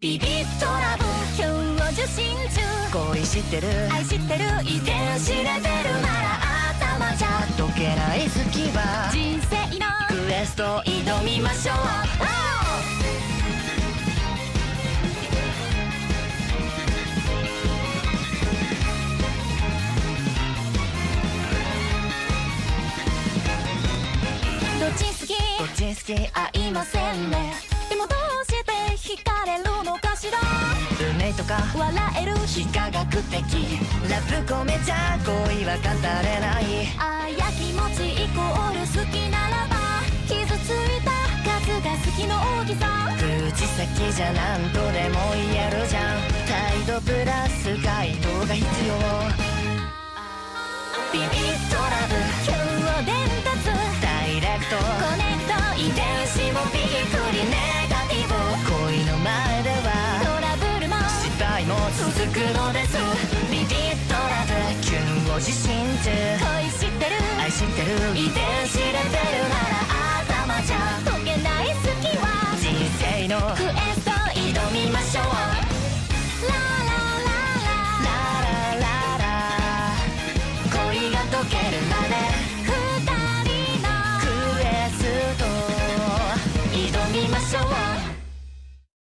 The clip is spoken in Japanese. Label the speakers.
Speaker 1: ビビットラブ今日を受信中
Speaker 2: 恋してる
Speaker 1: 愛してる遺伝子レベルなら頭じゃ
Speaker 2: 解けない隙間
Speaker 1: 人生の
Speaker 2: クエスト
Speaker 1: 挑みましょうどっち好き
Speaker 2: どっち好きあ
Speaker 1: 合いませんねでもどうして惹かれるのかしら
Speaker 2: 運命とか
Speaker 1: 笑える
Speaker 2: 非科学的ラブコメじゃ恋は語れない
Speaker 1: ああや気持ちイコール好きならば傷ついた数が好きの大きさ
Speaker 2: 口先じゃ何とでも言えるじゃん態度プラス回答が必要
Speaker 1: ビビットラブ今日を伝達
Speaker 2: ダイレクト
Speaker 1: コネクト遺伝子もびっくりネガティブ
Speaker 2: 恋の前では
Speaker 1: トラブルも
Speaker 2: 失敗も続
Speaker 1: 続く
Speaker 2: く
Speaker 1: のですビビットラブ
Speaker 2: キュンを自信中
Speaker 1: 恋してる
Speaker 2: 愛してる
Speaker 1: 遺伝子レベルなら頭じゃ解けない隙は
Speaker 2: 人生の
Speaker 1: クエスト挑みましょうララララ
Speaker 2: ララララ
Speaker 1: 恋が解けるま